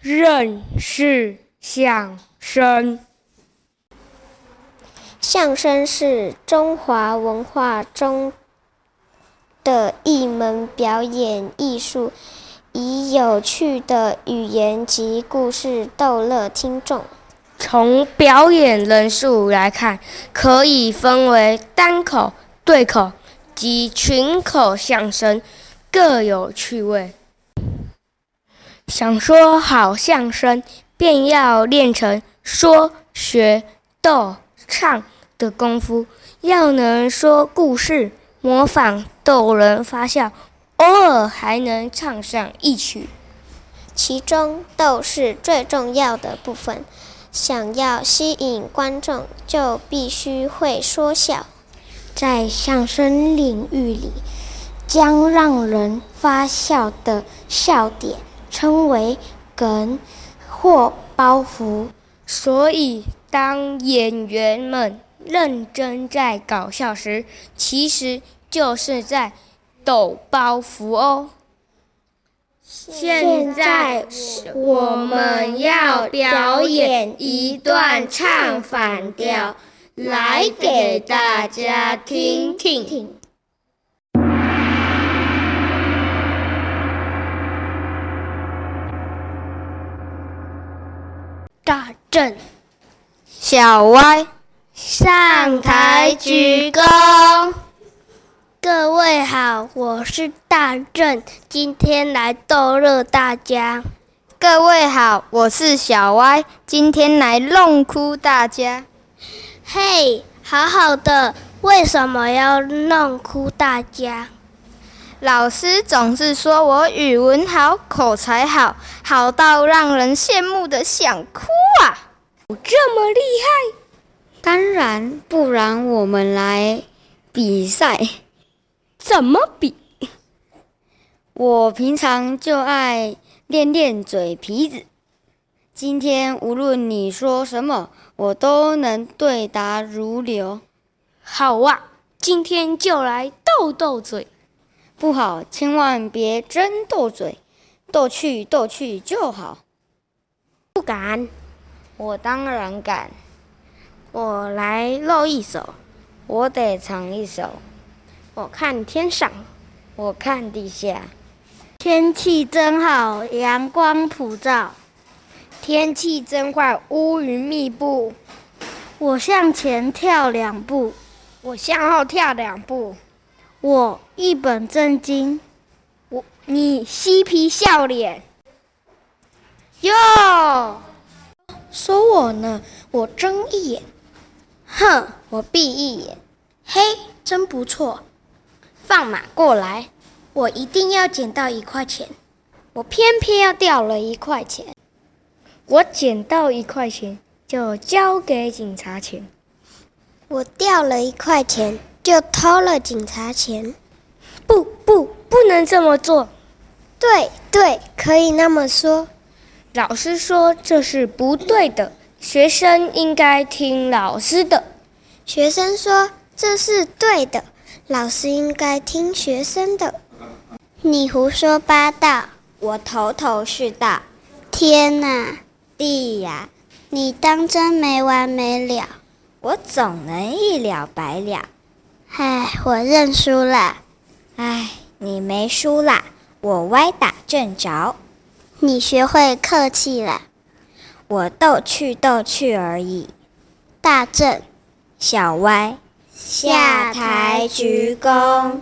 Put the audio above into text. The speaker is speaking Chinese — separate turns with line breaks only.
认识相声。
相声是中华文化中的一门表演艺术，以有趣的语言及故事逗乐听众。
从表演人数来看，可以分为单口、对口及群口相声，各有趣味。想说好相声，便要练成说、学、逗、唱的功夫，要能说故事，模仿逗人发笑，偶尔还能唱上一曲。
其中逗是最重要的部分。想要吸引观众，就必须会说笑。
在相声领域里，将让人发笑的笑点称为梗或包袱。
所以，当演员们认真在搞笑时，其实就是在抖包袱哦。
现在我们要表演一段唱反调，来给大家听听。
大正，
小歪，
上台鞠躬。
各位好，我是大正，今天来逗乐大家。
各位好，我是小歪，今天来弄哭大家。
嘿、hey,，好好的，为什么要弄哭大家？
老师总是说我语文好，口才好，好到让人羡慕的想哭啊！
我这么厉害？
当然，不然我们来比赛。
怎么比？
我平常就爱练练嘴皮子。今天无论你说什么，我都能对答如流。
好啊，今天就来斗斗嘴。
不好，千万别真斗嘴，斗去斗去就好。
不敢，
我当然敢。
我来露一手，
我得藏一手。
我看天上，
我看地下，
天气真好，阳光普照；
天气真坏，乌云密布。
我向前跳两步，
我向后跳两步。
我一本正经，
我你嬉皮笑脸。
哟，
说我呢，我睁一眼，
哼，我闭一眼。
嘿，真不错。
放马过来！
我一定要捡到一块钱，
我偏偏要掉了一块钱。
我捡到一块钱就交给警察钱，
我掉了一块钱就偷了警察钱。
不不，不能这么做。
对对，可以那么说。
老师说这是不对的，学生应该听老师的。
学生说这是对的。老师应该听学生的。
你胡说八道！
我头头是道。
天哪！
地呀！
你当真没完没了！
我总能一了百了。
唉，我认输啦。
唉，你没输啦，我歪打正着。
你学会客气啦。
我逗趣逗趣而已。
大正，
小歪。
下台鞠躬。